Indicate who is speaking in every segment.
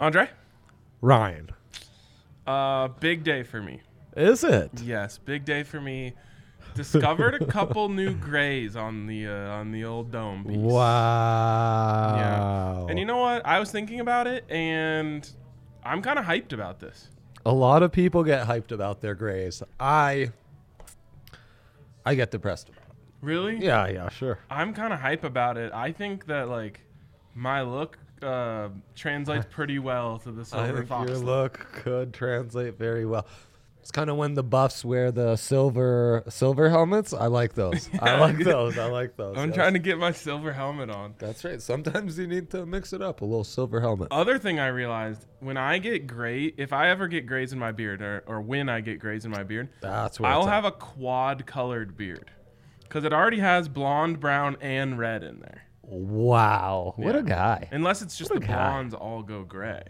Speaker 1: Andre?
Speaker 2: Ryan.
Speaker 1: Uh, big day for me.
Speaker 2: Is it?
Speaker 1: Yes, big day for me. Discovered a couple new grays on the uh, on the old dome. Piece.
Speaker 2: Wow.
Speaker 1: And you know what? I was thinking about it, and I'm kind of hyped about this.
Speaker 2: a lot of people get hyped about their grays. I I get depressed about. it.
Speaker 1: Really?
Speaker 2: Yeah, yeah, sure.
Speaker 1: I'm kind of hype about it. I think that like my look uh, translates pretty well to the
Speaker 2: I
Speaker 1: silver
Speaker 2: think
Speaker 1: fox.
Speaker 2: your
Speaker 1: look.
Speaker 2: look could translate very well. It's kind of when the buffs wear the silver silver helmets. I like those. I like those. I like those.
Speaker 1: I'm trying to get my silver helmet on.
Speaker 2: That's right. Sometimes you need to mix it up. A little silver helmet.
Speaker 1: Other thing I realized when I get gray, if I ever get grays in my beard, or, or when I get grays in my beard,
Speaker 2: That's where
Speaker 1: I'll
Speaker 2: it's at.
Speaker 1: have a quad colored beard because it already has blonde, brown, and red in there.
Speaker 2: Wow, what a guy!
Speaker 1: Unless it's just the
Speaker 2: What a guy.
Speaker 1: blondes all go gray.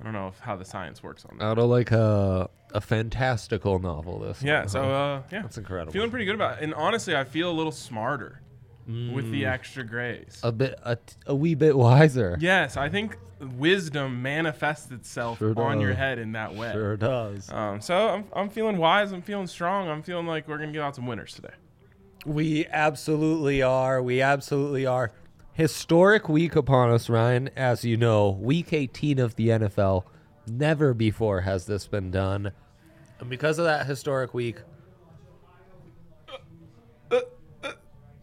Speaker 1: I don't know if, how the science works on that.
Speaker 2: Out of like a a fantastical novel. This.
Speaker 1: yeah.
Speaker 2: one,
Speaker 1: So
Speaker 2: huh?
Speaker 1: uh, yeah,
Speaker 2: That's incredible.
Speaker 1: Feeling pretty good about it, and honestly, I feel a little smarter with
Speaker 2: Mm.
Speaker 1: the extra grays.
Speaker 2: a bit a, t- a wee bit wiser.
Speaker 1: yes, I think wisdom manifests itself
Speaker 2: Sure
Speaker 1: on your
Speaker 2: does.
Speaker 1: head in that way.
Speaker 2: Sure does.
Speaker 1: Um, so I'm, I'm feeling wise. I'm feeling strong. I'm feeling like we're gonna get out some winners today.
Speaker 2: We absolutely are. We absolutely are. Historic week upon us, Ryan. As you know, week 18 of the NFL. Never before has this been done. And because of that historic week,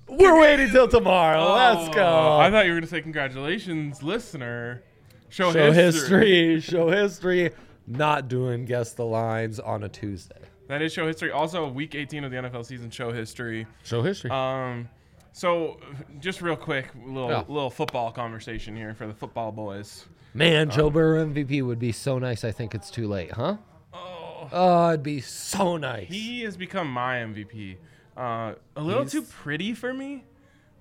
Speaker 2: we're waiting till tomorrow. Let's
Speaker 1: Oh, I
Speaker 2: go.
Speaker 1: thought you were gonna say congratulations, listener. Show,
Speaker 2: Show
Speaker 1: history.
Speaker 2: history. Show history. Not doing guess the lines on a Tuesday.
Speaker 1: That is show history. Also, week 18 of the NFL season. Show history.
Speaker 2: Show history.
Speaker 1: Um, so just real quick, little
Speaker 2: Yeah.
Speaker 1: little football conversation here for the football boys.
Speaker 2: Man, Joe Burrow MVP would be so nice. I think it's too late, huh?
Speaker 1: Oh,
Speaker 2: Oh, it'd be so nice.
Speaker 1: he has become my MVP. Uh, a little
Speaker 2: He's-
Speaker 1: too pretty for me,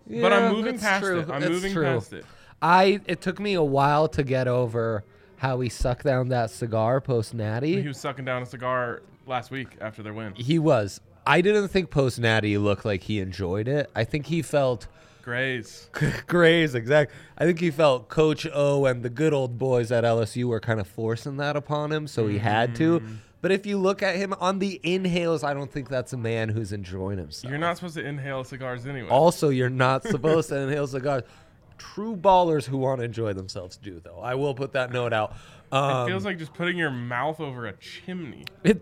Speaker 1: but I'm moving past it. I'm moving past it.
Speaker 2: I it took me a while to get over how he sucked down that cigar post
Speaker 1: He
Speaker 2: natty.
Speaker 1: was sucking down a cigar last week after their win.
Speaker 2: He was. I didn't think post natty looked like he enjoyed it. I think he felt
Speaker 1: Grays.
Speaker 2: Grays, exact. I think he felt Coach O and the good old boys at LSU were kind of forcing that upon him, so he had to.
Speaker 1: Mm-hmm.
Speaker 2: But if you look at him on the inhales, I don't think that's a man who's enjoying himself.
Speaker 1: You're not supposed to inhale cigars anyway.
Speaker 2: Also, you're not supposed to inhale cigars. True ballers who want to enjoy themselves do, though. I will put that note out.
Speaker 1: it
Speaker 2: Um,
Speaker 1: feels like just putting your mouth over a chimney.
Speaker 2: it,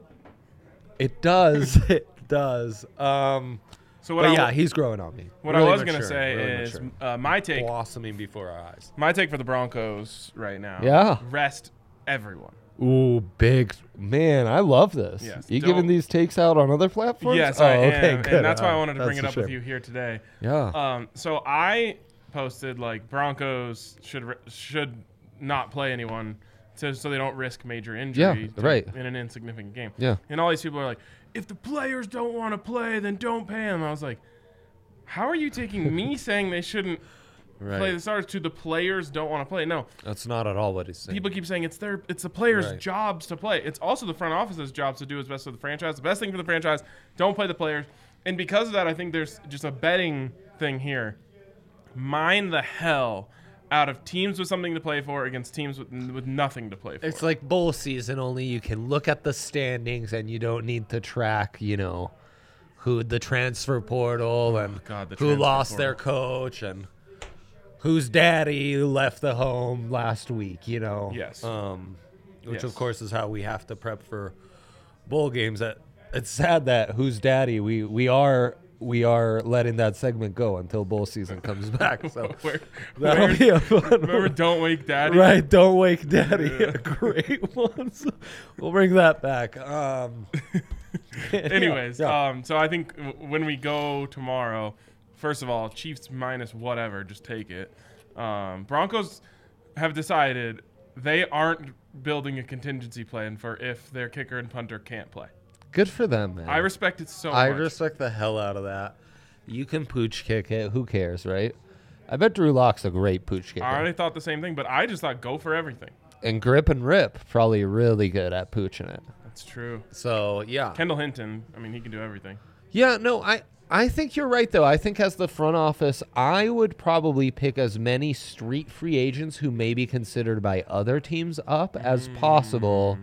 Speaker 2: it does. it does. Um,
Speaker 1: So what
Speaker 2: but
Speaker 1: I,
Speaker 2: yeah, he's growing on me.
Speaker 1: what
Speaker 2: Really
Speaker 1: I was gonna
Speaker 2: maturing,
Speaker 1: say
Speaker 2: really
Speaker 1: is
Speaker 2: maturing.
Speaker 1: uh, my take.
Speaker 2: blossoming before our eyes.
Speaker 1: My take for the Broncos right now.
Speaker 2: Yeah.
Speaker 1: Rest everyone.
Speaker 2: Ooh, big man! I love this.
Speaker 1: Yes,
Speaker 2: you
Speaker 1: don't-
Speaker 2: giving these takes out on other platforms?
Speaker 1: Yes,
Speaker 2: oh,
Speaker 1: I am,
Speaker 2: okay, good.
Speaker 1: and that's why I
Speaker 2: Uh,
Speaker 1: wanted to bring it up
Speaker 2: that's a
Speaker 1: with
Speaker 2: shame.
Speaker 1: you here today.
Speaker 2: Yeah.
Speaker 1: Um, so I posted like Broncos should ri- should not play anyone to, so they don't risk major injury to-
Speaker 2: right.
Speaker 1: in an insignificant game.
Speaker 2: Yeah.
Speaker 1: And all these people are like, if the players don't want to play, then don't pay them. I was like, how are you taking me saying they shouldn't play the stars to the players don't want to play? No,
Speaker 2: That's not at all what he's saying.
Speaker 1: people keep saying it's their it's the players'
Speaker 2: Right.
Speaker 1: jobs to play. It's also the front office's jobs to do as best for the franchise. The best thing for the franchise, don't play the players. And because of that, I think there's just a betting thing here. Mind the hell out of teams with something to play for against teams with, with nothing to play for.
Speaker 2: It's like bowl season, only you can look at the standings and you don't need to track, you know, who the transfer portal and
Speaker 1: Oh, God, the
Speaker 2: who
Speaker 1: transfer
Speaker 2: lost their coach and whose daddy left the home last week, you know.
Speaker 1: Yes.
Speaker 2: Um, which,
Speaker 1: Yes.
Speaker 2: of course, is how we have to prep for bowl games. That It's sad that whose daddy we, we are. We are letting that segment go until bowl season comes back. So
Speaker 1: Where-
Speaker 2: that'll
Speaker 1: where-
Speaker 2: be a fun
Speaker 1: Remember,
Speaker 2: one.
Speaker 1: don't wake daddy.
Speaker 2: Right, don't wake daddy. A great one. So we'll bring that back. Um,
Speaker 1: Anyways,
Speaker 2: yeah.
Speaker 1: um, so I think w- when we go tomorrow, first of all, Chiefs minus whatever, just take it. Um, Broncos have decided they aren't building a contingency plan for if their kicker and punter can't play.
Speaker 2: good for them, man.
Speaker 1: I respect it so
Speaker 2: Mm. I
Speaker 1: much.
Speaker 2: respect the hell out of that. You can pooch kick it. Who cares, right? I bet Drew Locke's a great pooch kicker.
Speaker 1: I already thought the same thing, but I just thought go for everything.
Speaker 2: And grip and rip, probably really good at pooching it.
Speaker 1: That's true.
Speaker 2: So yeah,
Speaker 1: Kendall Hinton, I mean, he can do everything.
Speaker 2: yeah. No, I I think you're right, though. I think as the front office, I would probably pick as many street free agents who may be considered by other teams up as possible.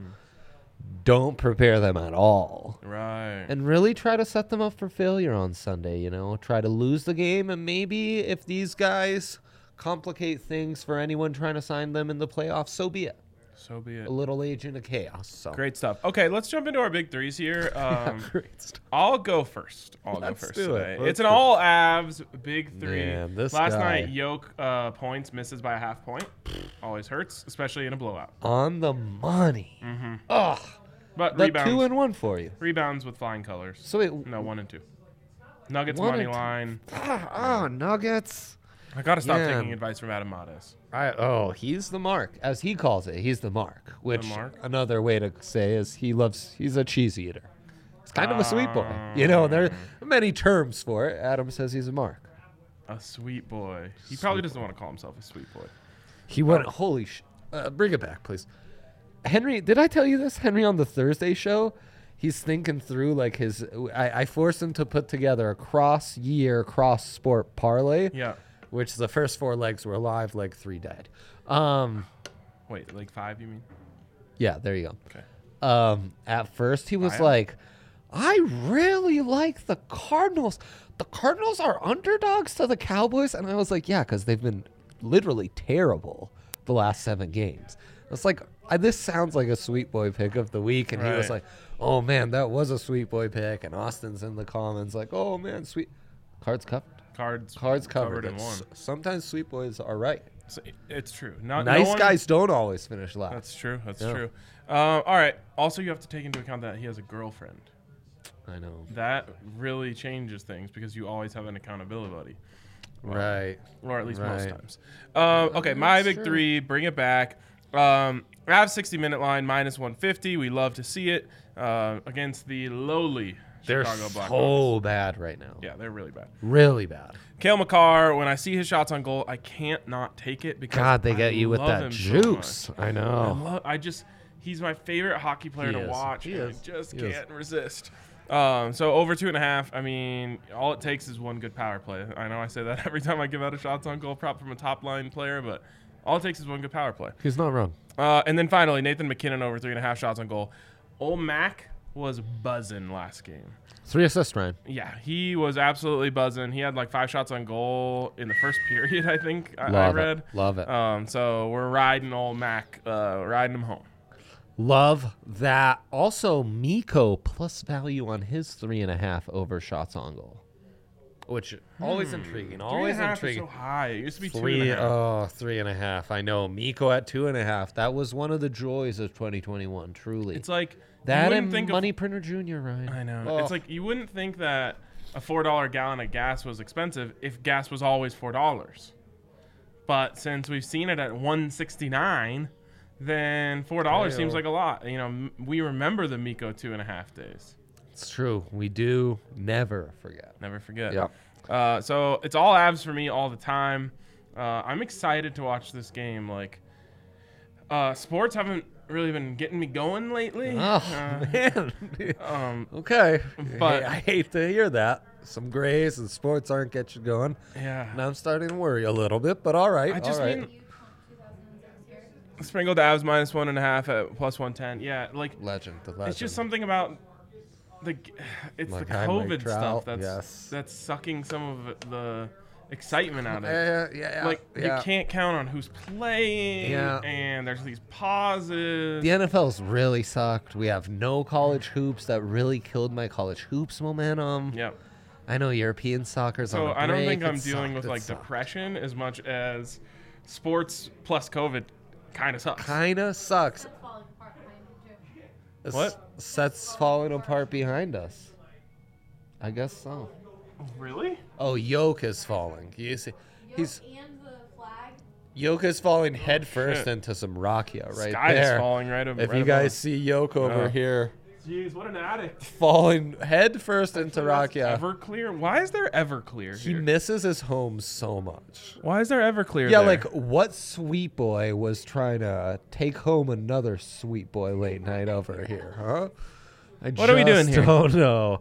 Speaker 2: Don't prepare them at all.
Speaker 1: Right.
Speaker 2: And really try to set them up for failure on Sunday, you know? Try to lose the game, and maybe if these guys complicate things for anyone trying to sign them in the playoffs, so be it.
Speaker 1: so be it.
Speaker 2: A little agent of chaos. So.
Speaker 1: Great stuff. Okay, let's jump into our big threes here. Um,
Speaker 2: Great stuff.
Speaker 1: I'll go first. I'll
Speaker 2: Let's
Speaker 1: go first
Speaker 2: do it.
Speaker 1: today.
Speaker 2: Let's
Speaker 1: It's an
Speaker 2: do it.
Speaker 1: all abs big three.
Speaker 2: Man, this
Speaker 1: Last
Speaker 2: guy.
Speaker 1: night, Yoke uh, points misses by a half point. Always hurts, especially in a blowout.
Speaker 2: On the money. Ugh.
Speaker 1: But
Speaker 2: That
Speaker 1: rebounds,
Speaker 2: two and one for you.
Speaker 1: rebounds with flying colors.
Speaker 2: So wait,
Speaker 1: no one and two. Nuggets
Speaker 2: One
Speaker 1: money
Speaker 2: and two.
Speaker 1: line.
Speaker 2: Ah, oh, Nuggets.
Speaker 1: I gotta stop
Speaker 2: Yeah.
Speaker 1: taking advice from Adam Modis.
Speaker 2: I, oh, he's the mark, as he calls it. He's the mark, which
Speaker 1: mark?
Speaker 2: another way to say is he loves. He's a cheese eater. He's kind of a sweet boy. You know, there are many terms for it. Adam says he's a mark.
Speaker 1: A sweet boy. He probably doesn't want to call himself a sweet boy.
Speaker 2: He went. Holy sh! Uh, bring it back, please. Henry, did I tell you this? Henry on the Thursday show, he's thinking through like his. I, I forced him to put together a cross-year, cross-sport parlay.
Speaker 1: Yeah.
Speaker 2: Which the first four legs were alive, leg three died. Um,
Speaker 1: Wait, like five? You mean?
Speaker 2: yeah, there you go.
Speaker 1: Okay.
Speaker 2: um, at first he was
Speaker 1: Ryan?
Speaker 2: like, I really like the Cardinals. The Cardinals are underdogs to the Cowboys. And I was like, yeah, because they've been literally terrible the last seven games. It's like, I, this sounds like a sweet boy pick of the week. And he was
Speaker 1: Right.
Speaker 2: like, oh man, that was a sweet boy pick. And Austin's in the comments like, oh man, sweet. Cards covered.
Speaker 1: Cards.
Speaker 2: Cards covered.
Speaker 1: in
Speaker 2: It's-
Speaker 1: one.
Speaker 2: Sometimes sweet boys are right.
Speaker 1: So it- it's true. Not
Speaker 2: Nice
Speaker 1: no one-
Speaker 2: guys don't always finish last.
Speaker 1: That's true. That's
Speaker 2: Yeah.
Speaker 1: true. Um, all right. Also, you have to take into account that he has a girlfriend.
Speaker 2: I know.
Speaker 1: That really changes things because you always have an accountability,
Speaker 2: Right.
Speaker 1: or at least most
Speaker 2: Right.
Speaker 1: times. Um, okay, my
Speaker 2: that's
Speaker 1: big
Speaker 2: true.
Speaker 1: three. Bring it back. Um, Rav 60 minute line minus 150. We love to see it uh, against the lowly
Speaker 2: They're
Speaker 1: Chicago Blackhawks.
Speaker 2: so bad right now.
Speaker 1: yeah, they're really bad.
Speaker 2: Really bad.
Speaker 1: Kale McCarr, when I see his shots on goal, I can't not take it because
Speaker 2: God, they
Speaker 1: I
Speaker 2: get you with
Speaker 1: love
Speaker 2: that
Speaker 1: him so much.
Speaker 2: juice. I
Speaker 1: I
Speaker 2: know.
Speaker 1: love. I just he's my favorite hockey player
Speaker 2: Oh. He
Speaker 1: to
Speaker 2: is.
Speaker 1: watch.
Speaker 2: He
Speaker 1: and I
Speaker 2: is.
Speaker 1: just
Speaker 2: He is.
Speaker 1: can't resist. Um, so over two and a half. I mean, all it takes is one good power play. I know I say that every time I give out a shots on goal prop from a top line player, but all it takes is one good power play.
Speaker 2: He's not wrong.
Speaker 1: Uh, and then finally, Nathan McKinnon over three and a half shots on goal. Old Mac was buzzing last game.
Speaker 2: Three assists, Ryan.
Speaker 1: Yeah, he was absolutely buzzing. He had like five shots on goal in the first period, I think I, I
Speaker 2: Love it.
Speaker 1: read.
Speaker 2: Love it.
Speaker 1: Um, so we're riding old Mac, uh, riding him home.
Speaker 2: Love that. Also, Miko plus value on his three and a half over shots on goal, which always intriguing.
Speaker 1: Hmm. Three
Speaker 2: Always
Speaker 1: and a half is
Speaker 2: intriguing.
Speaker 1: so high. It used to be two and
Speaker 2: Three,
Speaker 1: a half.
Speaker 2: oh, three and a half. I know. Miko at two and a half. That was one of the joys of 2021, truly.
Speaker 1: It's like you
Speaker 2: that
Speaker 1: wouldn't
Speaker 2: and
Speaker 1: think
Speaker 2: Money
Speaker 1: Of,
Speaker 2: Printer Jr., Ryan.
Speaker 1: I know.
Speaker 2: Oh,
Speaker 1: It's like you wouldn't think that a four dollar gallon of gas was expensive if gas was always four dollars. But since we've seen it at one sixty nine, then four dollars seems
Speaker 2: Ayo.
Speaker 1: like a lot. You know, m- we remember the Miko two and a half days.
Speaker 2: it's true. We do never forget.
Speaker 1: Never forget.
Speaker 2: Yeah.
Speaker 1: Uh, so it's all abs for me all the time. Uh, I'm excited to watch this game. Like, uh, sports haven't really been getting me going lately.
Speaker 2: Oh,
Speaker 1: Uh,
Speaker 2: man.
Speaker 1: um,
Speaker 2: Okay.
Speaker 1: But-
Speaker 2: But I hate to hear that. Some grays and sports aren't getting you going.
Speaker 1: yeah.
Speaker 2: And I'm starting to worry a little bit, but all right.
Speaker 1: I just
Speaker 2: all right.
Speaker 1: mean sprinkled abs minus one and a half at plus one ten. Yeah, like
Speaker 2: legend, the legend.
Speaker 1: it's just something about the g- it's
Speaker 2: Like
Speaker 1: the
Speaker 2: I'm Mike
Speaker 1: COVID
Speaker 2: Trout,
Speaker 1: stuff that's
Speaker 2: yes.
Speaker 1: that's sucking some of the excitement out of it.
Speaker 2: Yeah, yeah, yeah.
Speaker 1: Like
Speaker 2: yeah.
Speaker 1: you can't count on who's playing,
Speaker 2: Yeah.
Speaker 1: and there's these pauses.
Speaker 2: The NFL's really sucked. We have no college hoops. That really killed my college hoops momentum.
Speaker 1: Yep.
Speaker 2: I know European soccer's on
Speaker 1: So
Speaker 2: a
Speaker 1: I don't
Speaker 2: break.
Speaker 1: think
Speaker 2: It
Speaker 1: I'm dealing
Speaker 2: sucked.
Speaker 1: with
Speaker 2: It
Speaker 1: like
Speaker 2: sucked.
Speaker 1: depression as much as sports plus COVID kind of sucks.
Speaker 2: Kinda sucks.
Speaker 3: falling apart behind him, too.
Speaker 2: S-
Speaker 1: What?
Speaker 2: Sets falling apart behind us. I guess so.
Speaker 1: Really?
Speaker 2: Oh, Yoke is falling. You see, he's
Speaker 3: Yoke and the flag.
Speaker 2: Yoko's falling headfirst
Speaker 1: shit.
Speaker 2: into some rakia right
Speaker 1: Sky
Speaker 2: there.
Speaker 1: is falling right over.
Speaker 2: If you guys see Yoko over
Speaker 1: Yeah.
Speaker 2: here
Speaker 1: jeez, what an addict.
Speaker 2: falling headfirst into rakia,
Speaker 1: Everclear. Why is there Everclear
Speaker 2: he
Speaker 1: here?
Speaker 2: misses his home so much.
Speaker 1: Why is there Everclear?
Speaker 2: Yeah,
Speaker 1: there?
Speaker 2: like what sweet boy was trying to take home another sweet boy late night over here, huh? I
Speaker 1: What are we doing
Speaker 2: just
Speaker 1: here?
Speaker 2: Don't know.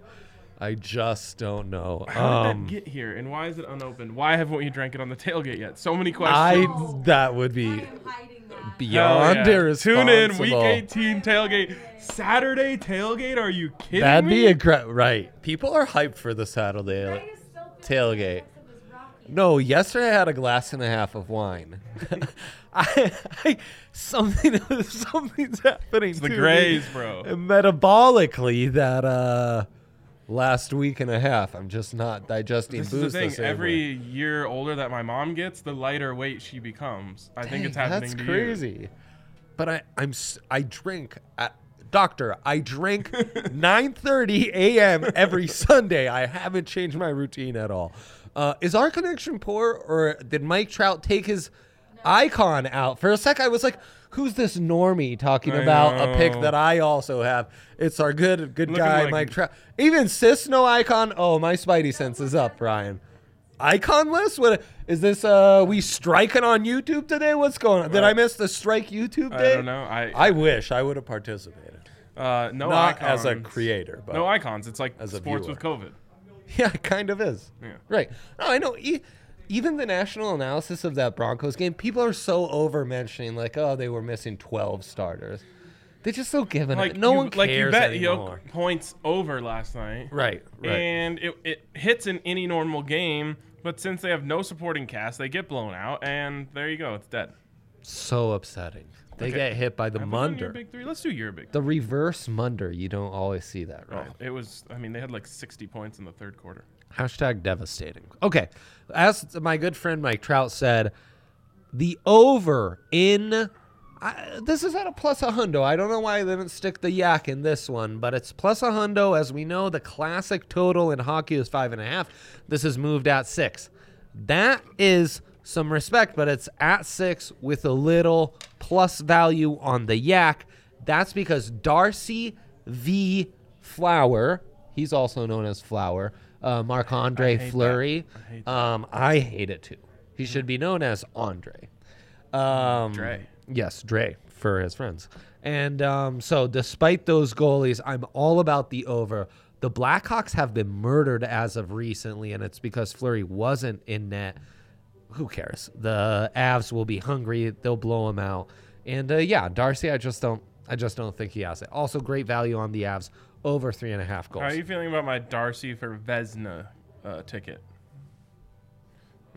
Speaker 2: I just don't know.
Speaker 1: How did
Speaker 2: Um,
Speaker 1: that get here? And why is it unopened? Why haven't you drank it on the tailgate yet? So many
Speaker 2: I
Speaker 1: questions.
Speaker 3: No.
Speaker 2: that would
Speaker 3: I
Speaker 2: be
Speaker 3: am hiding that.
Speaker 1: Hell
Speaker 2: beyond
Speaker 1: Oh, yeah.
Speaker 2: irresponsible.
Speaker 1: Tune in week 18 tailgate. Saturday tailgate? Are you kidding
Speaker 2: That'd
Speaker 1: me?
Speaker 2: be incredible. Right? People are hyped for the Saturday.
Speaker 3: I
Speaker 2: like-
Speaker 3: just still feel
Speaker 2: Tailgate.
Speaker 3: like it was rocky.
Speaker 2: No, yesterday I had a glass and a half of wine. I, I something something's happening.
Speaker 1: the
Speaker 2: to me
Speaker 1: grays, bro.
Speaker 2: Metabolically, that uh, last week and a half, I'm just not digesting
Speaker 1: This
Speaker 2: booze
Speaker 1: is the thing.
Speaker 2: same
Speaker 1: Every
Speaker 2: way.
Speaker 1: year older that my mom gets, the lighter weight she becomes. I think it's
Speaker 2: Dang,
Speaker 1: happening
Speaker 2: That's
Speaker 1: to
Speaker 2: crazy. But I I'm s- I drink. At, Doctor, I drink 9:30 a.m. every Sunday. I haven't changed my routine at all. Uh, is our connection poor, or did Mike Trout take his icon out for a sec? I was like, "Who's this normie talking
Speaker 1: I
Speaker 2: about a pick
Speaker 1: know.
Speaker 2: that I also have?" It's our good good
Speaker 1: Looking
Speaker 2: guy,
Speaker 1: like-
Speaker 2: Mike Trout. Even cis no icon. Oh, my Spidey sense is up, Ryan. Icon list? What is this? Uh, we striking on YouTube today? What's going on? Did I miss the strike YouTube
Speaker 1: you.
Speaker 2: day?
Speaker 1: I don't know. I,
Speaker 2: I wish I would have participated.
Speaker 1: uh, no
Speaker 2: Not
Speaker 1: icons.
Speaker 2: as a creator, but
Speaker 1: No icons. It's like
Speaker 2: As a
Speaker 1: sports with COVID.
Speaker 2: yeah, it kind of is.
Speaker 1: Yeah.
Speaker 2: Right. No, I know. E- even the national analysis of that Broncos game, people are so over mentioning like, oh, they were missing twelve starters. They just don't give an.
Speaker 1: Like
Speaker 2: no
Speaker 1: you,
Speaker 2: one cares
Speaker 1: like you bet
Speaker 2: anymore.
Speaker 1: Yoke points over last night.
Speaker 2: Right. Right.
Speaker 1: And it, it hits in any normal game, but since they have no supporting cast, they get blown out, and there you go, it's dead.
Speaker 2: So upsetting. They
Speaker 1: Okay.
Speaker 2: get hit by the
Speaker 1: Have we done Your
Speaker 2: munder.
Speaker 1: big three. Let's do your big.
Speaker 2: the reverse munder. You don't always see that,
Speaker 1: three.
Speaker 2: right?
Speaker 1: It was. I mean, they had like 60 points in the third quarter.
Speaker 2: Hashtag devastating. Okay. As my good friend Mike Trout said, the over in. I, this is at a plus a hundo. I don't know why they didn't stick the yak in this one, but it's plus a hundo. As we know, the classic total in hockey is five and a half. This is moved at six. That is some respect, but it's at six with a little plus value on the yak. That's because Darcy V. Flower, he's also known as Flower, uh, Marc Andre
Speaker 1: hate that.
Speaker 2: Fleury.
Speaker 1: I hate that.
Speaker 2: um, I hate it too. He should be known as Andre. Um,
Speaker 1: Dre.
Speaker 2: Yes, Dre for his friends. And um, so, despite those goalies, I'm all about the over. The Blackhawks have been murdered as of recently, and it's because Flurry wasn't in net. Who cares? The Avs will be hungry; they'll blow him out. And uh, yeah, Darcy, I just don't, I just don't think he has it. Also, great value on the Avs over three and a half goals.
Speaker 1: How are you feeling about my Darcy for Vesna uh, ticket?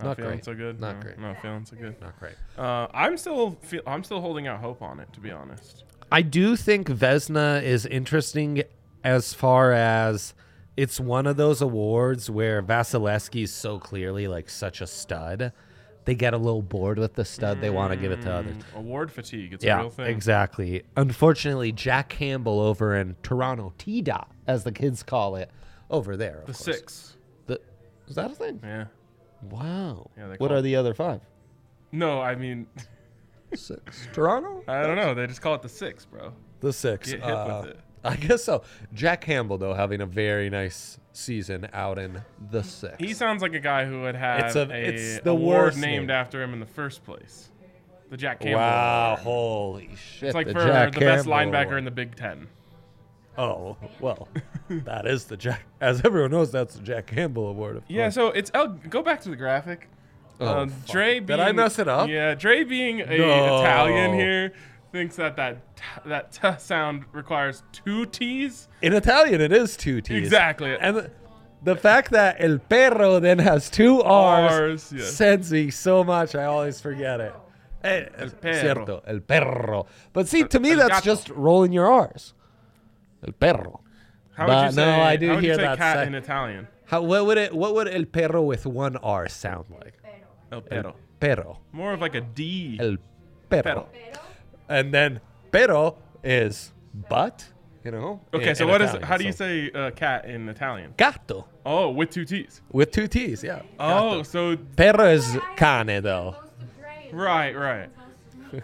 Speaker 2: Not
Speaker 1: feeling
Speaker 2: great.
Speaker 1: so good.
Speaker 2: Not
Speaker 1: No,
Speaker 2: great.
Speaker 1: Not feeling so good.
Speaker 2: Not great.
Speaker 1: Uh, I'm still feel, I'm still holding out hope on it, to be honest.
Speaker 2: I do think Vesna is interesting as far as it's one of those awards where Vasilevsky's so clearly like such a stud. They get a little bored with the stud. They want to give it to others.
Speaker 1: Mm, Award fatigue. It's a
Speaker 2: Yeah,
Speaker 1: real thing.
Speaker 2: exactly. Unfortunately, Jack Campbell over in Toronto, Tida, as the kids call it, over there. Of
Speaker 1: The
Speaker 2: course.
Speaker 1: six.
Speaker 2: The, is that a thing?
Speaker 1: Yeah.
Speaker 2: Wow.
Speaker 1: Yeah, they
Speaker 2: what
Speaker 1: call
Speaker 2: are
Speaker 1: it-
Speaker 2: the other five?
Speaker 1: No, I mean,
Speaker 2: Six. Toronto?
Speaker 1: I don't know. They just call it the six, bro.
Speaker 2: The six.
Speaker 1: Get hit with
Speaker 2: uh,
Speaker 1: it.
Speaker 2: I guess so. Jack Campbell though having a very nice season out in the six.
Speaker 1: He sounds like a guy who would have
Speaker 2: It's
Speaker 1: a,
Speaker 2: a- it's the
Speaker 1: award
Speaker 2: worst
Speaker 1: named
Speaker 2: name.
Speaker 1: after him in the first place. The Jack Campbell.
Speaker 2: wow,
Speaker 1: Award.
Speaker 2: holy shit!
Speaker 1: It's like
Speaker 2: the
Speaker 1: for
Speaker 2: Jack
Speaker 1: the best
Speaker 2: Campbell
Speaker 1: linebacker
Speaker 2: award.
Speaker 1: in the Big Ten.
Speaker 2: Oh well, that is the Jack. As everyone knows, that's the Jack Campbell Award. Of
Speaker 1: Yeah,
Speaker 2: course.
Speaker 1: so it's El, go back to the graphic.
Speaker 2: Oh,
Speaker 1: Um,
Speaker 2: fuck.
Speaker 1: Dre
Speaker 2: Did I
Speaker 1: being-
Speaker 2: mess it up?
Speaker 1: Yeah, Dre being a
Speaker 2: No.
Speaker 1: Italian here thinks that that t- that t sound requires two T's.
Speaker 2: In Italian, it is two T's.
Speaker 1: Exactly.
Speaker 2: And the, the fact that el perro then has two R's,
Speaker 1: R's, yes.
Speaker 2: sends me so much. I always forget it. Eh,
Speaker 1: perro.
Speaker 2: Cierto, el perro. But see, to me,
Speaker 1: el
Speaker 2: that's
Speaker 1: gato.
Speaker 2: just rolling your R's. El perro.
Speaker 1: How would
Speaker 2: But
Speaker 1: you say?
Speaker 2: no, I do
Speaker 1: how would
Speaker 2: hear
Speaker 1: you say
Speaker 2: that
Speaker 1: cat
Speaker 2: sec-
Speaker 1: in Italian.
Speaker 2: How, what would it? What would el perro with one R sound like?
Speaker 3: Pero,
Speaker 1: El
Speaker 2: El
Speaker 1: perro.
Speaker 2: perro.
Speaker 1: More of like a D.
Speaker 2: El perro.
Speaker 1: Perro.
Speaker 3: pero,
Speaker 2: And then pero is but. You know.
Speaker 1: Okay,
Speaker 2: in-
Speaker 1: so
Speaker 2: in
Speaker 1: what is?
Speaker 2: Italian,
Speaker 1: How do you
Speaker 2: so-
Speaker 1: say uh, cat in Italian?
Speaker 2: Gato
Speaker 1: Oh, with two T's.
Speaker 2: with two T's. Yeah.
Speaker 1: Oh,
Speaker 2: Gato.
Speaker 1: so
Speaker 2: Perro is
Speaker 3: But I
Speaker 2: cane
Speaker 3: think
Speaker 2: though.
Speaker 3: most of Dre is
Speaker 1: right, right.
Speaker 3: most of me.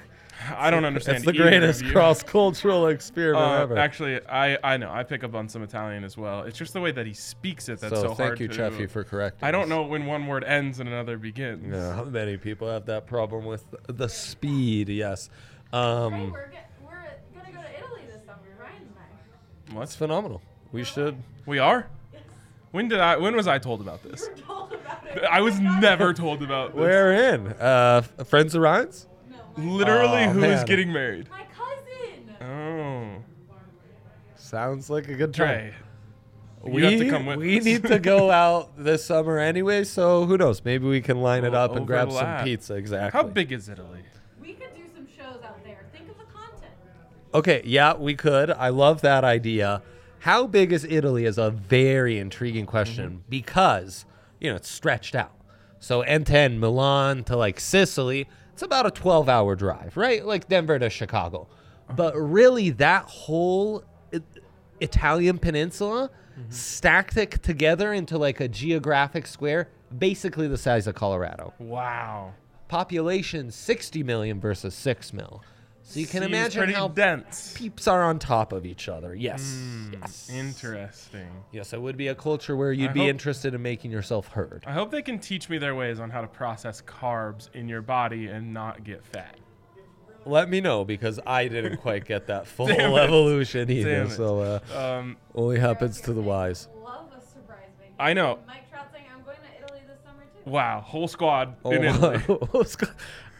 Speaker 1: I don't understand.
Speaker 2: It's the
Speaker 1: either of
Speaker 2: greatest
Speaker 1: you.
Speaker 2: cross-cultural experiment
Speaker 1: Uh,
Speaker 2: ever.
Speaker 1: actually, I, I know. I pick up on some Italian as well. It's just the way that he speaks it that's so,
Speaker 2: so thank
Speaker 1: hard
Speaker 2: you,
Speaker 1: to.
Speaker 2: Chuffy, for correcting.
Speaker 1: I don't
Speaker 2: us.
Speaker 1: know when one word ends and another begins.
Speaker 2: Yeah, how many people have that problem with the speed? Yes,
Speaker 3: Dre,
Speaker 2: um,
Speaker 3: we're, get, we're gonna go to Italy this summer, Ryan and I.
Speaker 2: it's
Speaker 1: What?
Speaker 2: phenomenal. We should.
Speaker 1: We are? When did I? When was I told about this?
Speaker 3: told about it. Oh
Speaker 1: I was never told about this.
Speaker 2: Where in? Uh, f- Friends of Ryan's?
Speaker 3: No, my,
Speaker 1: Literally,
Speaker 2: Oh,
Speaker 1: who is
Speaker 2: man.
Speaker 1: getting married?
Speaker 3: my cousin.
Speaker 2: Uh.
Speaker 1: Oh,
Speaker 2: Sounds like a good time.
Speaker 1: Trey. You have to come with
Speaker 2: we
Speaker 1: us.
Speaker 2: need to go out this summer anyway, so who knows? Maybe we can line it
Speaker 1: We'll
Speaker 2: up and grab some
Speaker 1: overlap.
Speaker 2: pizza. Exactly.
Speaker 1: How big is Italy?
Speaker 3: We could do some shows out there. Think of the content.
Speaker 2: Okay, yeah, we could. I love that idea. How big is Italy is a very intriguing question
Speaker 1: Mm-hmm.
Speaker 2: because, you know, it's stretched out. So N10 Milan to like Sicily, it's about a 12-hour drive, right? Like Denver to Chicago. But really that whole I- Italian peninsula
Speaker 1: Mm-hmm.
Speaker 2: stacked it together into like a geographic square basically the size of Colorado
Speaker 1: Wow.
Speaker 2: population 60 million versus 6 mil. So you can
Speaker 1: Seems
Speaker 2: imagine
Speaker 1: pretty
Speaker 2: how
Speaker 1: dense.
Speaker 2: peeps are on top of each other. Yes. yes.
Speaker 1: Interesting.
Speaker 2: yes, it would be a culture where you'd
Speaker 1: I
Speaker 2: be
Speaker 1: hope-
Speaker 2: interested in making yourself heard.
Speaker 1: I hope they can teach me their ways on how to process carbs in your body and not get fat.
Speaker 2: Let me know because I didn't quite get that full
Speaker 1: Damn it.
Speaker 2: evolution
Speaker 1: Damn
Speaker 2: either.
Speaker 1: it.
Speaker 2: So uh,
Speaker 1: Um,
Speaker 2: only happens to the
Speaker 3: They
Speaker 2: wise.
Speaker 3: Love a surprise vacation.
Speaker 1: I know.
Speaker 3: Mike Trout saying, "I'm going to Italy this summer too."
Speaker 1: wow, whole squad
Speaker 2: Oh,
Speaker 1: in Italy.
Speaker 2: what's go-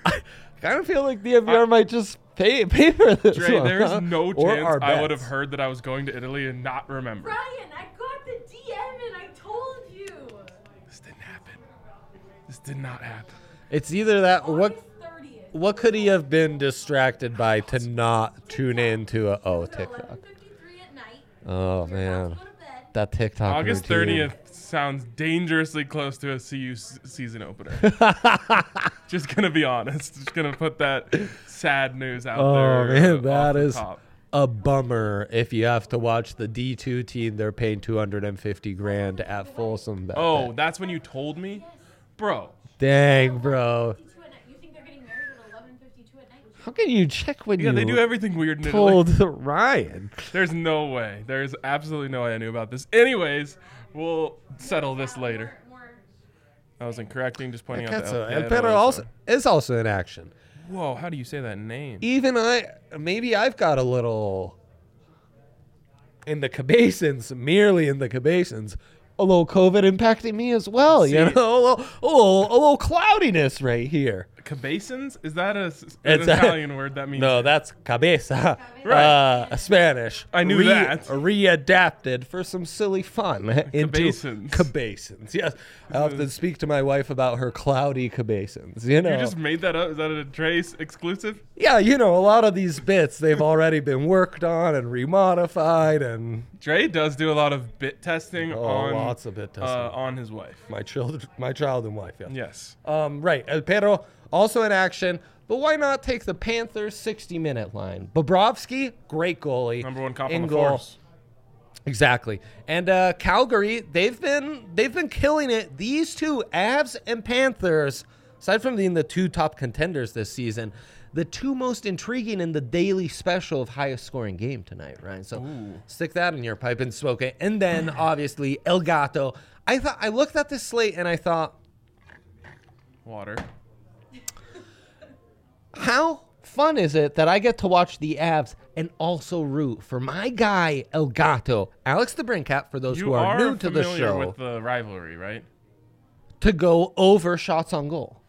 Speaker 2: I kind of feel like DMVR might just pay pay for this.
Speaker 1: Dre,
Speaker 2: one, huh?
Speaker 1: there's no
Speaker 2: Or
Speaker 1: chance
Speaker 2: our
Speaker 1: I would have
Speaker 2: bets.
Speaker 1: heard that I was going to Italy and not remember.
Speaker 3: Ryan, I got the DM and I told you.
Speaker 1: This didn't happen. This did not happen.
Speaker 2: It's either that. or What
Speaker 3: August 30th.
Speaker 2: what could he have been distracted by to not tune in to a oh TikTok?
Speaker 3: 11:53 at night.
Speaker 2: Oh
Speaker 3: You're about
Speaker 2: man,
Speaker 3: to go to bed.
Speaker 2: that TikTok.
Speaker 1: August
Speaker 2: routine.
Speaker 1: 30th sounds dangerously close to a CU s- season opener. Just gonna be honest. Just gonna put that sad news out
Speaker 2: Oh
Speaker 1: there. uh,
Speaker 2: man,
Speaker 1: off
Speaker 2: that
Speaker 1: the
Speaker 2: is
Speaker 1: top.
Speaker 2: a bummer. If you have to watch the D two team, they're paying two hundred and fifty grand at Folsom. That
Speaker 1: Oh,
Speaker 2: day.
Speaker 1: that's when you told me, bro.
Speaker 2: dang, bro!
Speaker 3: 52 at night. You think they're getting married at 11:52 at night?
Speaker 2: How can you check when
Speaker 1: Yeah,
Speaker 2: you
Speaker 1: they do everything weird in Italy.
Speaker 2: told Ryan?
Speaker 1: There's no way. There's absolutely no way I knew about this. Anyways, we'll settle this later.
Speaker 3: More,
Speaker 1: I wasn't correcting, just pointing out
Speaker 2: That's
Speaker 1: the
Speaker 2: a,
Speaker 1: El
Speaker 2: better
Speaker 1: Piero is
Speaker 2: also E
Speaker 1: a-
Speaker 2: is also in action.
Speaker 1: Whoa, how do you say that name?
Speaker 2: Even I, maybe I've got a little in the cabasins, merely in the cabasins. A little COVID impacting me as well, you know.
Speaker 1: See-
Speaker 2: A little, a little, a little cloudiness right here.
Speaker 1: Cabasins? Is that a, s- an
Speaker 2: It's a-
Speaker 1: Italian word that means?
Speaker 2: No, that's cabeza.
Speaker 1: Right.
Speaker 2: Uh, Spanish.
Speaker 1: I knew that.
Speaker 2: Readapted for some silly fun. into
Speaker 1: Cabasins.
Speaker 2: Cabasins. Yes. I often speak to my wife about her cloudy cabasins. You know.
Speaker 1: You just made that up? Is that a Trace exclusive?
Speaker 2: yeah, you know, a lot of these bits they've already been worked on and remodified and
Speaker 1: Dre does do a lot of bit testing
Speaker 2: oh,
Speaker 1: on
Speaker 2: lots of bit testing.
Speaker 1: Uh, on his wife.
Speaker 2: my child, my child and wife. Yes.
Speaker 1: Yes.
Speaker 2: Um, right. El Perro also in action. But why not take the Panthers 60 minute line? Bobrovsky, great goalie.
Speaker 1: Number one cop
Speaker 2: in
Speaker 1: on the
Speaker 2: goal.
Speaker 1: force.
Speaker 2: Exactly. And uh, Calgary, they've been they've been killing it. These two Avs and Panthers, aside from being the two top contenders this season, the two most intriguing in the daily special of highest scoring game tonight, Ryan. So stick that in your pipe and smoke it. And then obviously El Gato. I thought I looked at this slate and I thought,
Speaker 1: Water.
Speaker 2: how fun is it that I get to watch the Avs and also root for my guy El Gato, Alex DeBrincat, for those
Speaker 1: You
Speaker 2: who are,
Speaker 1: are
Speaker 2: new to the
Speaker 1: familiar
Speaker 2: show.
Speaker 1: with the rivalry, right?
Speaker 2: to go over shots on goal.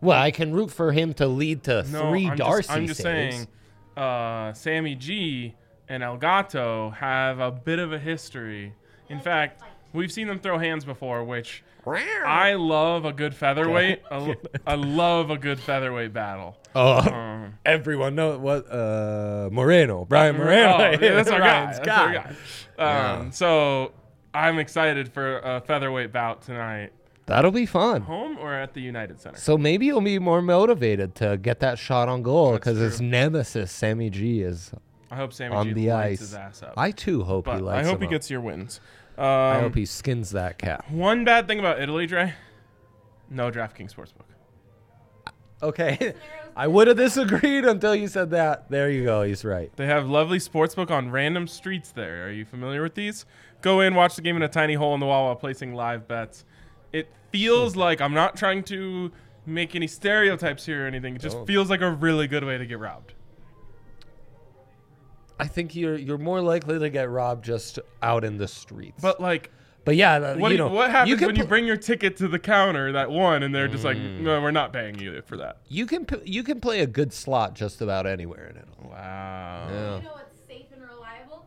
Speaker 2: Well, I can root for him to lead to
Speaker 1: No,
Speaker 2: three
Speaker 1: I'm
Speaker 2: Darcy
Speaker 1: Just, I'm just
Speaker 2: saves.
Speaker 1: saying, uh, Sammy G and Elgato have a bit of a history. In fact, we've seen them throw hands before, which I love a good featherweight. I lo- I love a good featherweight battle.
Speaker 2: oh,
Speaker 1: Um,
Speaker 2: everyone know what? Uh, Moreno, Brian Moreno.
Speaker 1: Oh, yeah, that's our guy.
Speaker 2: Ryan's
Speaker 1: That's our guy. Um, So I'm excited for a featherweight bout tonight,
Speaker 2: That'll be fun.
Speaker 1: home or at the United Center.
Speaker 2: So maybe you'll be more motivated to get that shot on goal because
Speaker 1: true.
Speaker 2: his nemesis Sammy G is
Speaker 1: I hope Sammy
Speaker 2: on
Speaker 1: G
Speaker 2: the
Speaker 1: lights
Speaker 2: ice.
Speaker 1: his ass up.
Speaker 2: I too hope he
Speaker 1: but I
Speaker 2: lights
Speaker 1: hope he
Speaker 2: him up.
Speaker 1: gets your wins.
Speaker 2: I
Speaker 1: Um,
Speaker 2: hope he skins that cat.
Speaker 1: One bad thing about Italy, Dre. No DraftKings sportsbook.
Speaker 2: Okay, I would have disagreed until you said that. There you go. He's right.
Speaker 1: They have lovely sportsbook on random streets there. Are you familiar with these? Go in, watch the game in a tiny hole in the wall while placing live bets. It
Speaker 2: Hmm.
Speaker 1: feels like I'm not trying to make any stereotypes here or anything. It just
Speaker 2: Don't.
Speaker 1: feels like a really good way to get robbed.
Speaker 2: I think you're you're more likely to get robbed just out in the streets.
Speaker 1: But like
Speaker 2: But yeah, the-
Speaker 1: What,
Speaker 2: you know,
Speaker 1: what happens
Speaker 2: can Hmm.
Speaker 1: when you
Speaker 2: pl-
Speaker 1: bring your ticket to the counter that one and they're just like, no, we're not paying you for that.
Speaker 2: you can p- you can play a good slot just about anywhere in it.
Speaker 1: Wow.
Speaker 2: Yeah.
Speaker 3: You know what's safe and reliable?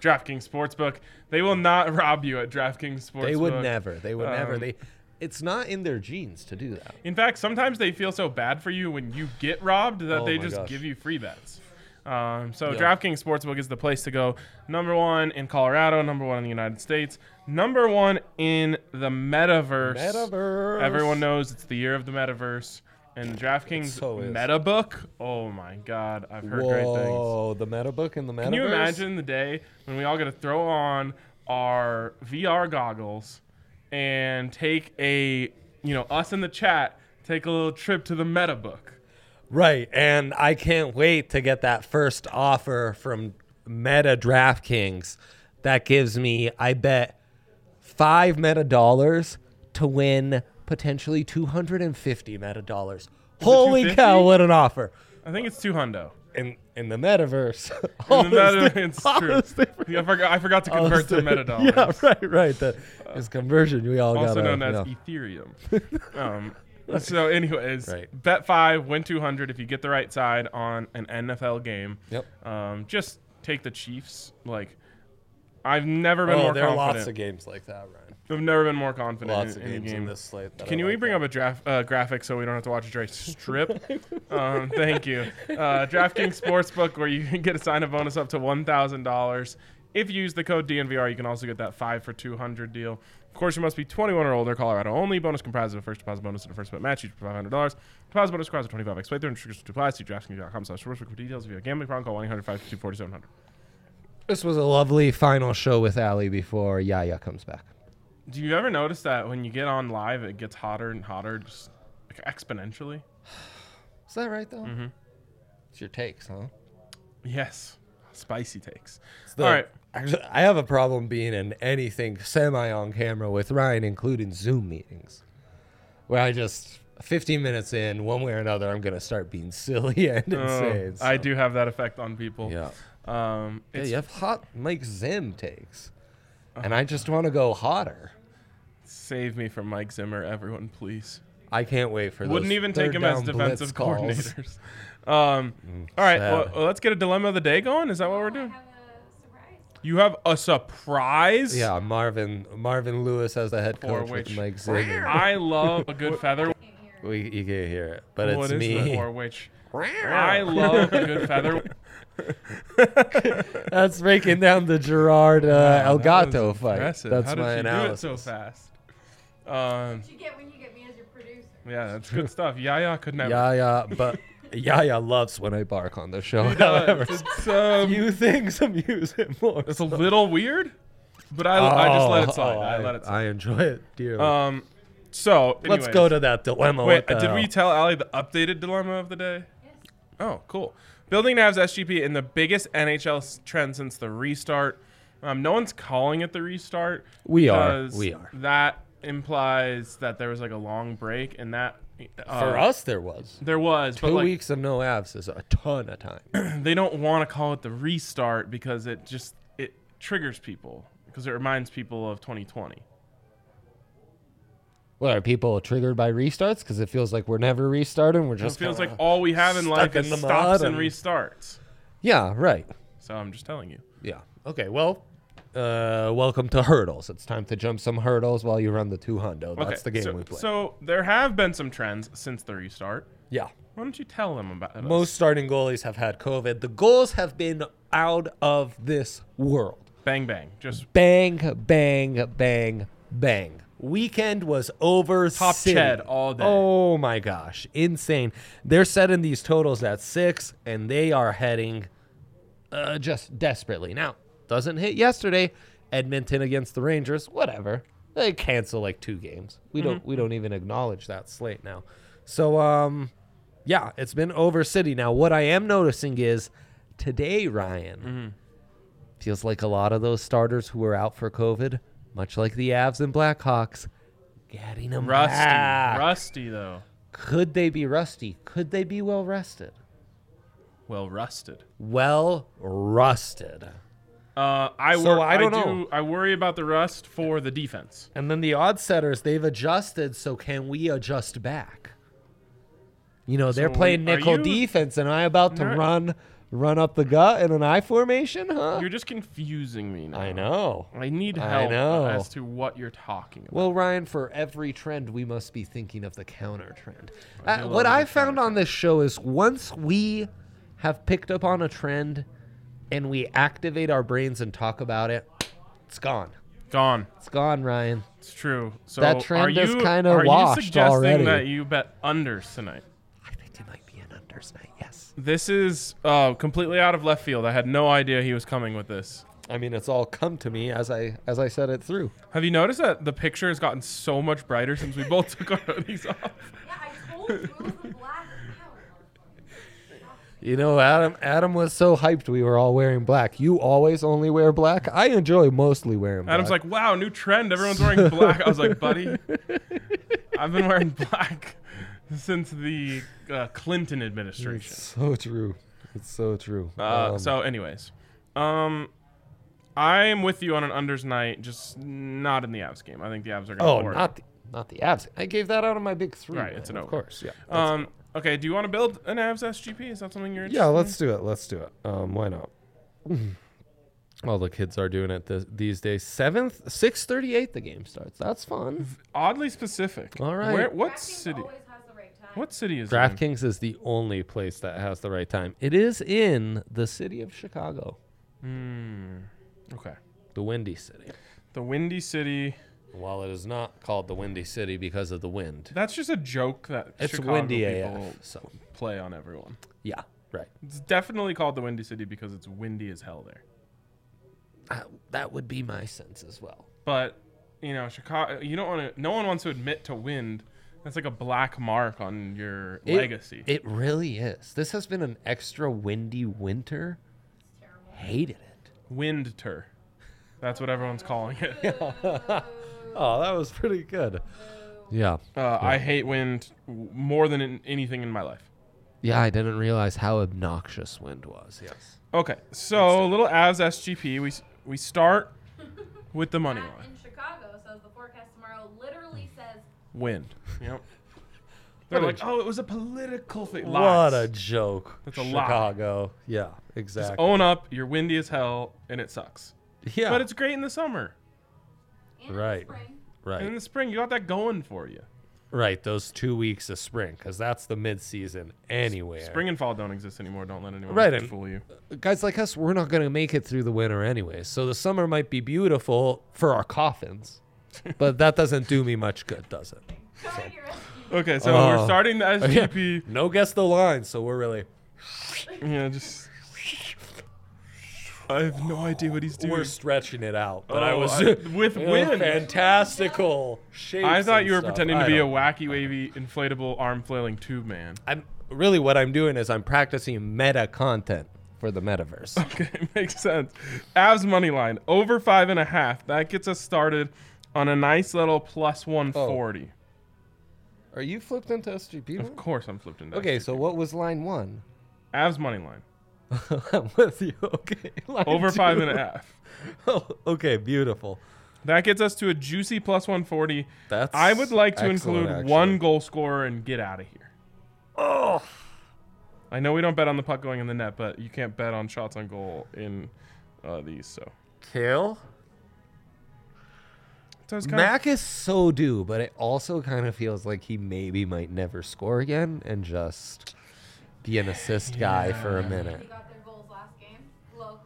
Speaker 1: DraftKings Sportsbook. They will not rob you at DraftKings Sportsbook.
Speaker 2: They would never. They would never.
Speaker 1: Um,
Speaker 2: They. It's not in their genes to do that.
Speaker 1: In fact, sometimes they feel so bad for you when you get robbed that
Speaker 2: Oh
Speaker 1: they
Speaker 2: my
Speaker 1: just
Speaker 2: gosh.
Speaker 1: give you free bets. Um, so
Speaker 2: Yeah.
Speaker 1: DraftKings Sportsbook is the place to go. Number one in Colorado, number one in the United States, number one in the metaverse.
Speaker 2: Metaverse.
Speaker 1: Everyone knows it's the year of the metaverse. And DraftKings
Speaker 2: so is.
Speaker 1: Metabook. Oh my God, I've heard great things.
Speaker 2: Whoa, the meta book and the metaverse.
Speaker 1: Can you imagine the day when we all get to throw on our VR goggles and take a, you know, us in the chat, take a little trip to the meta book?
Speaker 2: Right, and I can't wait to get that first offer from Meta DraftKings that gives me, I bet, five Meta dollars to win potentially 250 Meta dollars. Holy
Speaker 1: 250?
Speaker 2: cow, what an offer!
Speaker 1: I think it's two hundo.
Speaker 2: In, in the metaverse, all
Speaker 1: And
Speaker 2: those
Speaker 1: that-
Speaker 2: thi-
Speaker 1: it's
Speaker 2: all
Speaker 1: true.
Speaker 2: those different-
Speaker 1: Yeah, I, forgot, I forgot to
Speaker 2: all
Speaker 1: convert
Speaker 2: those
Speaker 1: to meta
Speaker 2: different-
Speaker 1: dollars.
Speaker 2: Yeah, right, right. The, it's conversion we all
Speaker 1: also
Speaker 2: got.
Speaker 1: known as E Ethereum. um, So, anyways,
Speaker 2: Right.
Speaker 1: bet five, win 200 if you get the right side on an NFL game.
Speaker 2: Yep.
Speaker 1: Um, just take the Chiefs. Like, I've never been
Speaker 2: Oh,
Speaker 1: more
Speaker 2: there are
Speaker 1: confident.
Speaker 2: lots of games like that, Ryan.
Speaker 1: I've never been more confident
Speaker 2: Lots
Speaker 1: in
Speaker 2: of
Speaker 1: any
Speaker 2: games
Speaker 1: game.
Speaker 2: in this slate. that I
Speaker 1: Can you
Speaker 2: like
Speaker 1: we bring
Speaker 2: that.
Speaker 1: up a draft uh, graphic so we don't have to watch Dre strip? um, thank you. Uh, DraftKings Sportsbook, where you can get a sign-up bonus up to one thousand dollars if you use the code DNVR. You can also get that five for two hundred deal. Of course, you must be 21 or older, Colorado only. Bonus comprises of a first deposit bonus and a first bet match, each for $500. Deposit bonus requires a 25x playthrough and restrictions to apply. See DraftKings.com slash sportsbook for details. If you have a gambling problem, call 1-800-522-4700.
Speaker 2: This was a lovely final show with Ali before Yaya comes back.
Speaker 1: Do you ever notice that when you get on live, it gets hotter and hotter, just like exponentially?
Speaker 2: Is that right though? Mm-hmm. It's your takes, huh?
Speaker 1: Yes. Spicy takes.
Speaker 2: The-
Speaker 1: All right.
Speaker 2: Actually, I have a problem being in anything semi on camera with Ryan, including Zoom meetings, where I just 15 minutes in, one way or another, I'm gonna start being silly and
Speaker 1: Oh,
Speaker 2: insane.
Speaker 1: I
Speaker 2: so-
Speaker 1: do have that effect on people.
Speaker 2: uh, Yeah.
Speaker 1: Um,
Speaker 2: Yeah,
Speaker 1: it's
Speaker 2: you have hot Mike Zim takes, and I just want to go hotter.
Speaker 1: Save me from Mike Zimmer, everyone, please.
Speaker 2: I can't wait for.
Speaker 1: Wouldn't
Speaker 2: those
Speaker 1: even
Speaker 2: third
Speaker 1: take him as
Speaker 2: down blitz
Speaker 1: defensive
Speaker 2: calls. Mm,
Speaker 1: coordinators. Um, all right.
Speaker 2: sad.
Speaker 1: Well, let's get a dilemma of the day going. Is that what we're
Speaker 3: I
Speaker 1: doing?
Speaker 3: have a surprise.
Speaker 1: You have a surprise?
Speaker 2: Yeah, Marvin Marvin Lewis as the head
Speaker 1: For
Speaker 2: coach with
Speaker 1: which-
Speaker 2: Mike Zim. and-
Speaker 1: I love a good feather.
Speaker 3: Can't hear.
Speaker 2: We, you can't hear it, but it's
Speaker 1: what is
Speaker 2: me. Uh,
Speaker 1: the for which? I love a good feather.
Speaker 2: That's breaking down the Gerard uh,
Speaker 1: Wow, that was
Speaker 2: Elgato fight.
Speaker 1: impressive.
Speaker 2: That's
Speaker 1: How did
Speaker 2: my
Speaker 1: she
Speaker 2: analysis.
Speaker 1: do it so fast? Um,
Speaker 3: What you get when you get me as your producer?
Speaker 1: yeah, that's good stuff. Yaya could never.
Speaker 2: Yaya, but Yaya loves when I bark on the show.
Speaker 1: Uh,
Speaker 2: However,
Speaker 1: it's, um,
Speaker 2: few things amuse him more.
Speaker 1: It's a little weird, but I, I just let
Speaker 2: Oh,
Speaker 1: it slide.
Speaker 2: oh,
Speaker 1: I, let it slide.
Speaker 2: I enjoy it dearly.
Speaker 1: Um, so
Speaker 2: Let's
Speaker 1: anyways.
Speaker 2: go to that dilemma.
Speaker 1: Wait,
Speaker 2: What the
Speaker 1: uh, did we
Speaker 2: hell?
Speaker 1: tell Ali the updated dilemma of the day?
Speaker 3: Yes.
Speaker 1: Oh, cool. Building Navs SGP in the biggest NHL s- trend since the restart. Um, no one's calling it the restart.
Speaker 2: We are.
Speaker 1: because
Speaker 2: We are.
Speaker 1: That implies that there was like a long break, and that uh,
Speaker 2: for us there was
Speaker 1: there was.
Speaker 2: two
Speaker 1: but like,
Speaker 2: weeks of no abs is a ton of time.
Speaker 1: they don't want to call it the restart because it just it triggers people because it reminds people of 2020.
Speaker 2: what are people triggered by restarts? Because it feels like we're never restarting. We're
Speaker 1: It
Speaker 2: just
Speaker 1: feels like
Speaker 2: kinda-
Speaker 1: all we have in
Speaker 2: stuck
Speaker 1: life
Speaker 2: in
Speaker 1: is
Speaker 2: the mud
Speaker 1: stops and
Speaker 2: and-
Speaker 1: restarts.
Speaker 2: yeah, right.
Speaker 1: So I'm just telling you.
Speaker 2: Yeah. Okay. Well, uh, welcome to hurdles. It's time to jump some hurdles while you run the two hundo.
Speaker 1: Okay,
Speaker 2: That's the game
Speaker 1: so,
Speaker 2: we play.
Speaker 1: So there have been some trends since the restart.
Speaker 2: yeah.
Speaker 1: Why don't you tell them about those?
Speaker 2: Most starting goalies have had COVID. The goals have been out of this world.
Speaker 1: bang bang? Just
Speaker 2: Bang, bang, bang, bang. Weekend was over.
Speaker 1: Top
Speaker 2: city.
Speaker 1: Ched all day.
Speaker 2: Oh my gosh, insane! They're setting these totals at six, and they are heading uh, just desperately. Now, doesn't hit yesterday. Edmonton against the Rangers, whatever. They cancel like two games. We don't
Speaker 1: Mm-hmm.
Speaker 2: we don't even acknowledge that slate now. So um yeah, it's been over city. Now what I am noticing is today, Ryan,
Speaker 1: Mm-hmm.
Speaker 2: feels like a lot of those starters who were out for COVID, much like the Avs and Blackhawks, getting them
Speaker 1: rusty,
Speaker 2: back.
Speaker 1: rusty though.
Speaker 2: Could they be rusty? Could they be well rested?
Speaker 1: Well rusted.
Speaker 2: well rusted.
Speaker 1: Uh, I
Speaker 2: So
Speaker 1: wor-
Speaker 2: I don't
Speaker 1: do,
Speaker 2: know.
Speaker 1: I worry about the rust for the defense.
Speaker 2: And then the odd setters, they've adjusted, so can we adjust back? You know, they're
Speaker 1: So
Speaker 2: playing
Speaker 1: are
Speaker 2: nickel
Speaker 1: you-
Speaker 2: defense, and I about to
Speaker 1: Not-
Speaker 2: run run up the gut in an I formation, huh?
Speaker 1: You're just confusing me now.
Speaker 2: I know.
Speaker 1: I need
Speaker 2: I
Speaker 1: help
Speaker 2: know.
Speaker 1: as to what you're talking about.
Speaker 2: Well, Ryan, for every trend, we must be thinking of the counter trend. Uh,
Speaker 1: do
Speaker 2: what
Speaker 1: love
Speaker 2: I
Speaker 1: the
Speaker 2: found on this show is once we have picked up on a trend and we activate our brains and talk about it, it's gone.
Speaker 1: Gone.
Speaker 2: It's gone, Ryan.
Speaker 1: It's true. So
Speaker 2: That
Speaker 1: are
Speaker 2: trend
Speaker 1: you,
Speaker 2: is kinda
Speaker 1: are
Speaker 2: washed
Speaker 1: you suggesting
Speaker 2: already.
Speaker 1: that you bet unders tonight?
Speaker 2: I think it might be an unders night, yes.
Speaker 1: This is uh, completely out of left field. I had no idea he was coming with this.
Speaker 2: I mean, it's all come to me as I as I said it through.
Speaker 1: Have you noticed that the picture has gotten so much brighter since we both took our hoodies off?
Speaker 3: Yeah, I told you it was the black power.
Speaker 2: You know, Adam Adam was so hyped we were all wearing black. You always only wear black. I enjoy mostly wearing black.
Speaker 1: Adam's like, wow, new trend. Everyone's wearing black. I was like, buddy, I've been wearing black since the uh, Clinton administration.
Speaker 2: it's so true. It's so true.
Speaker 1: Uh,
Speaker 2: Um,
Speaker 1: so, anyways, um, I'm with you on an unders night, just not in the Avs game. I think the Avs are going to
Speaker 2: Oh, not the, not the abs. I gave that out of my big three.
Speaker 1: Right,
Speaker 2: man,
Speaker 1: it's an
Speaker 2: of
Speaker 1: over.
Speaker 2: course. Yeah. that's-
Speaker 1: Um, okay, do you want to build an Avs SGP? Is that something you're
Speaker 2: yeah.
Speaker 1: interested
Speaker 2: Let's do it. Let's do it. Um, why not? All the kids are doing it this, these days. Seventh, six thirty-eight. The game starts. That's fun.
Speaker 1: in? Oddly specific.
Speaker 2: All right.
Speaker 1: Where, what
Speaker 3: DraftKings
Speaker 1: city?
Speaker 3: always has the right time.
Speaker 1: What city is it in?
Speaker 2: DraftKings is the only place that has the right time. It is in the city of Chicago,
Speaker 1: Okay.
Speaker 2: the Windy City.
Speaker 1: The Windy City.
Speaker 2: While it is not called the Windy City because of the wind,
Speaker 1: That's just a joke that
Speaker 2: it's
Speaker 1: Chicago
Speaker 2: windy
Speaker 1: people
Speaker 2: AF. So
Speaker 1: play on everyone.
Speaker 2: yeah, right.
Speaker 1: It's definitely called the Windy City because it's windy as hell there.
Speaker 2: Uh, that would be my sense as well. but
Speaker 1: But you know, Chicago. You don't want to. No one wants to admit to wind. That's like a black mark on your
Speaker 2: it-
Speaker 1: legacy.
Speaker 2: It really is. This has been an extra windy winter. Hated it.
Speaker 1: Windter. That's what everyone's calling it.
Speaker 2: Oh, that was pretty good. Yeah.
Speaker 1: Uh, I hate wind w- more than in anything in my life.
Speaker 2: Yeah, I didn't realize how obnoxious wind was. Yes.
Speaker 1: Okay, so a little as SGP, we s- we start with the money
Speaker 3: Matt
Speaker 1: line.
Speaker 3: in Chicago says the forecast tomorrow literally says
Speaker 1: Wind. Yep. They're
Speaker 2: What a
Speaker 1: like,
Speaker 2: j-
Speaker 1: oh, it was a political thing.
Speaker 2: What a
Speaker 1: Lies.
Speaker 2: joke.
Speaker 1: That's a lie.
Speaker 2: Chicago. Yeah,
Speaker 1: Just
Speaker 2: exactly.
Speaker 1: own up. You're windy as hell, and it sucks.
Speaker 2: yeah.
Speaker 1: But it's great in the summer.
Speaker 3: and
Speaker 2: Right.
Speaker 3: spring.
Speaker 1: And
Speaker 2: right.
Speaker 1: in the spring, you got that going for you.
Speaker 2: right, those 2 weeks of spring cuz that's the midseason anywhere.
Speaker 1: Spring and fall don't exist anymore. Don't let anyone
Speaker 2: Right, and-
Speaker 1: fool you.
Speaker 2: Guys like us, we're not going to make it through the winter anyway. So the summer might be beautiful for our coffins. but that doesn't do me much good, does it?
Speaker 3: Go to your SGP.
Speaker 1: Okay, so we're
Speaker 2: Oh.
Speaker 1: starting the
Speaker 2: Yeah.
Speaker 1: SGP.
Speaker 2: No guess the line, so we're really
Speaker 1: Yeah, just. I have no idea what he's doing.
Speaker 2: we're stretching it out. But I
Speaker 1: Oh,
Speaker 2: was
Speaker 1: I- with
Speaker 2: Oh,
Speaker 1: wind.
Speaker 2: fantastical shapes.
Speaker 1: I thought
Speaker 2: and
Speaker 1: you were
Speaker 2: stuff.
Speaker 1: pretending to
Speaker 2: I
Speaker 1: be a
Speaker 2: don't-
Speaker 1: wacky, wavy, inflatable, arm flailing tube man.
Speaker 2: I'm really what I'm doing is I'm practicing meta content for the metaverse.
Speaker 1: Okay, makes sense. Avs money line over five and a half. That gets us started on a nice little plus one
Speaker 2: Oh.
Speaker 1: forty.
Speaker 2: Are you flipped into SGP?
Speaker 1: Of course, I'm flipped into
Speaker 2: Okay,
Speaker 1: SGP.
Speaker 2: so what was line one?
Speaker 1: Avs money line
Speaker 2: I'm with you. Okay, line
Speaker 1: over five
Speaker 2: two.
Speaker 1: and a half.
Speaker 2: Oh, okay, beautiful.
Speaker 1: That gets us to a juicy plus one forty.
Speaker 2: That's
Speaker 1: I would like to
Speaker 2: excellent,
Speaker 1: include
Speaker 2: actually.
Speaker 1: one goal scorer and get out of here.
Speaker 2: Oh,
Speaker 1: I know we don't bet on the puck going in the net, but you can't bet on shots on goal in uh, these. So,
Speaker 2: kill.
Speaker 1: so it's kind of-
Speaker 2: Mac is so due, but it also kind of feels like he maybe might never score again and just be an assist guy for a minute.
Speaker 3: They got their goals last game. Local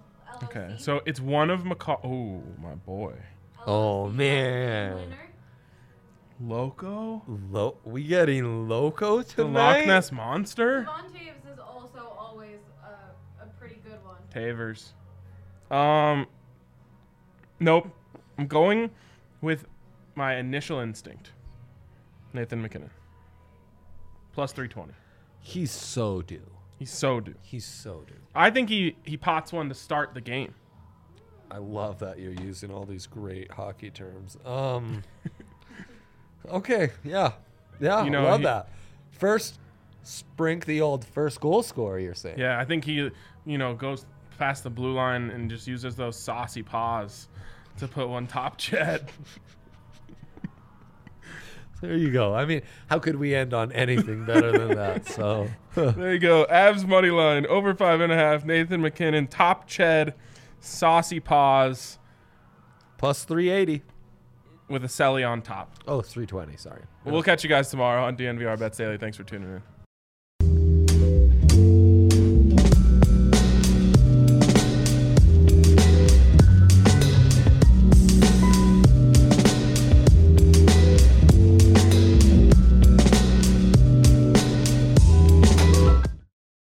Speaker 3: LOC.
Speaker 1: okay. So it's one of McCall. Oh my boy,
Speaker 2: Oh,
Speaker 3: LOC
Speaker 2: man.
Speaker 3: winner.
Speaker 1: Loco,
Speaker 2: Lo- we getting loco
Speaker 1: the
Speaker 2: tonight.
Speaker 1: Loch Ness monster.
Speaker 3: Devon Taves is also always a, a pretty good one.
Speaker 1: Tavers. Um. Nope. I'm going with my initial instinct. Nathan McKinnon. Plus 320.
Speaker 2: He's so due.
Speaker 1: He's so due.
Speaker 2: He's so due.
Speaker 1: I think he he pots one to start the game.
Speaker 2: I love that you're using all these great hockey terms. Um. okay. Yeah. Yeah.
Speaker 1: You know,
Speaker 2: love
Speaker 1: he-
Speaker 2: that. First, sprink the old first goal scorer. You're saying.
Speaker 1: Yeah, I think he you know goes past the blue line and just uses those saucy paws to put one top jet.
Speaker 2: There you go. I mean, how could we end on anything better than that? So,
Speaker 1: There you go. Avs money line over five and a half. Nathan McKinnon top ched, saucy paws
Speaker 2: plus 380.
Speaker 1: with a celly on top.
Speaker 2: Oh, it's 320. Sorry.
Speaker 1: We'll catch you guys tomorrow on DNVR Bet Daily. Thanks for tuning in.